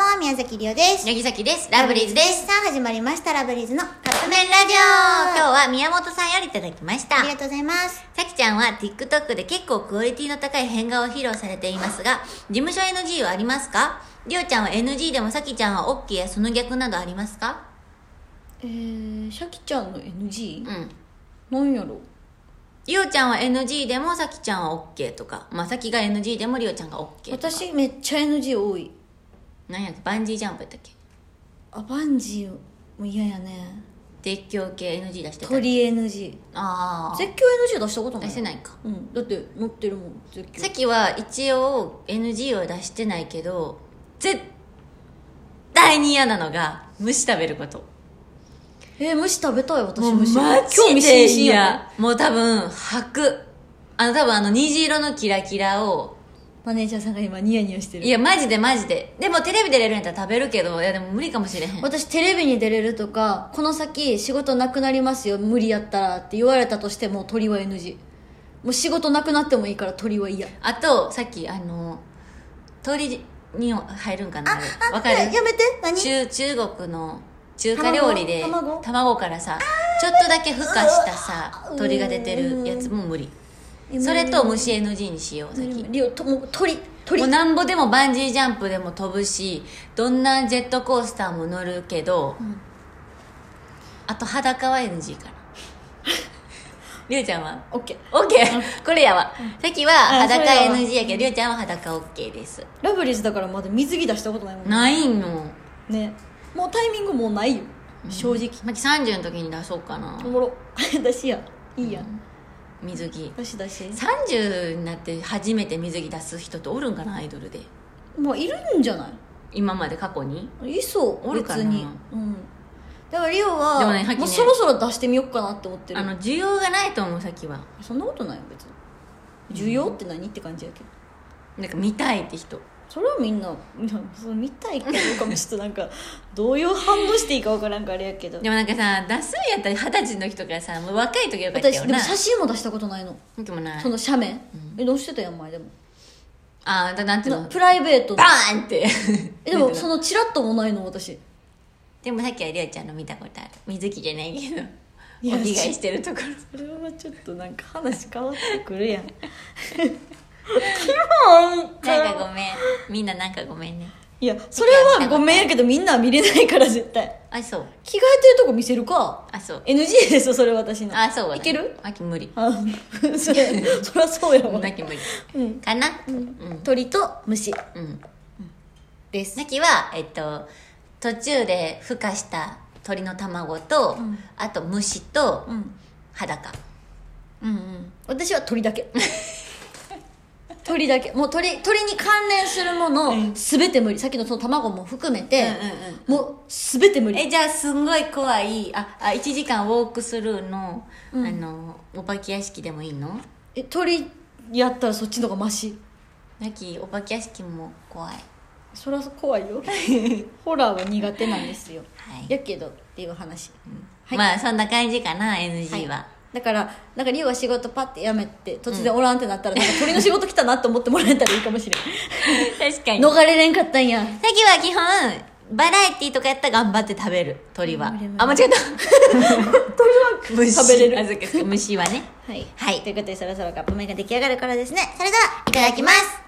は宮崎りおです乃木崎です。ラブリーズです。さあ始まりましたラブリーズのカップ麺ラジ今日オは宮本さんよりいただきましたあり。がとうございますさきちゃんは TikTok で結構クオリティの高い変顔を披露されていますが、事務所 NG はありますかりおちゃんは NG でもさきちゃんは OK やその逆などありますかえー、シャキちゃんの NG? ん。なんやろりおちゃんは NG でもさきちゃんは OK とか、まあさきが NG でもりおちゃんが OK とか。私めっちゃ NG 多いなんやっけバンジージャンプやったっけあバンジーも嫌やね絶叫系 NG 出してた。鳥 NG ああ。絶叫 NG 出したことない出してないか。うんだって持ってるもん絶さ叫っきは一応 NG は出してないけど絶対に嫌なのが虫食べることえー、虫食べたい私もう虫マジ興味で津々嫌やねもう多分吐くあの多分あの虹色のキラキラをマネージャーさんが今ニヤニヤしてるいやマジでマジででもテレビ出れるんやったら食べるけどいやでも無理かもしれへん私テレビに出れるとかこの先仕事なくなりますよ無理やったらって言われたとしても鳥は NG もう仕事なくなってもいいから鳥は嫌あとさっきあの鳥に入るんかなあれあわかるやめて何中中国の中華料理で卵卵からさちょっとだけ孵化したさうわ鳥が出てるやつも無理うんそれと虫 NG にしようさっきリオともう鳥鳥もうなんぼでもバンジージャンプでも飛ぶしどんなジェットコースターも乗るけど、あと裸は NG かなりゅうちゃんはオッケー OK、これやわ、さっきはあそ裸れやわ NG やけどりゅうちゃんは裸 OK ですラブリーズだからまだ水着出したことないもんねないのねもうタイミングもうないよ正直まき30の時に出そうかなおもろ 出しやいいやん水着出し出し30になって初めて水着出す人っておるんかなアイドルでまあいるんじゃな今まで過去にいいそうおるかな別にうんだからリオはでもねさっきねもうそろそろ出してみようかなって思ってるあの需要がないと思うさっきはそんなことないよ別に需要って何って感じやけどなんか見たいって人それはみんな みんなそう見たいかどうかもちょっとなんか どういう反応していいかわからんからあれやけどでもなんかさ出すんやったら二十歳の時とかさもう若い時よかった私よでもな写真も出したことないのでもないその写メ、えどうしてたやん前でもああだなんていうのプライベートのバーンってえでも そのチラッともないの私でもさっきはりおちゃんの見たことある水着じゃないけどいやお着替えしてるところそれはちょっとなんか話変わってくるやんなんかごめんみんななんかごめんねいやそれはごめんやけどみんなは見れないから絶対あそう着替えてるとこ見せるかあそう NG ですよそれ私のあそうだねいけるあき無理あそれそりゃそうやわあき無理うんかなうん鳥と虫うんですさきは、えっと、途中で孵化した鳥の卵と、んあと虫とうん裸うんうん私は鳥だ け鳥だけもう鳥鳥に関連するもの全て無理さっきのその卵も含めて、もう全て無理えじゃあすんごい怖いああ1時間ウォークスルーの,、あのお化け屋敷でもいいのえ鳥やったらそっちの方がマシさきお化け屋敷も怖いそりゃ怖いよ ホラーは苦手なんですよはいやけどっていう話、はいまあそんな感じかな NG は、だからなんかリオが仕事パッてやめて突然おらんってなったら、なんか鳥の仕事来たなと思ってもらえたらいいかもしれ確かん逃れれんかったんやさきは基本バラエティとかやったら頑張って食べる鳥は無理無理あ間違 えた鳥は食べれる る虫はねはい、はいということでそろそろカップ麺が出来上がるからですねねそれではいただきます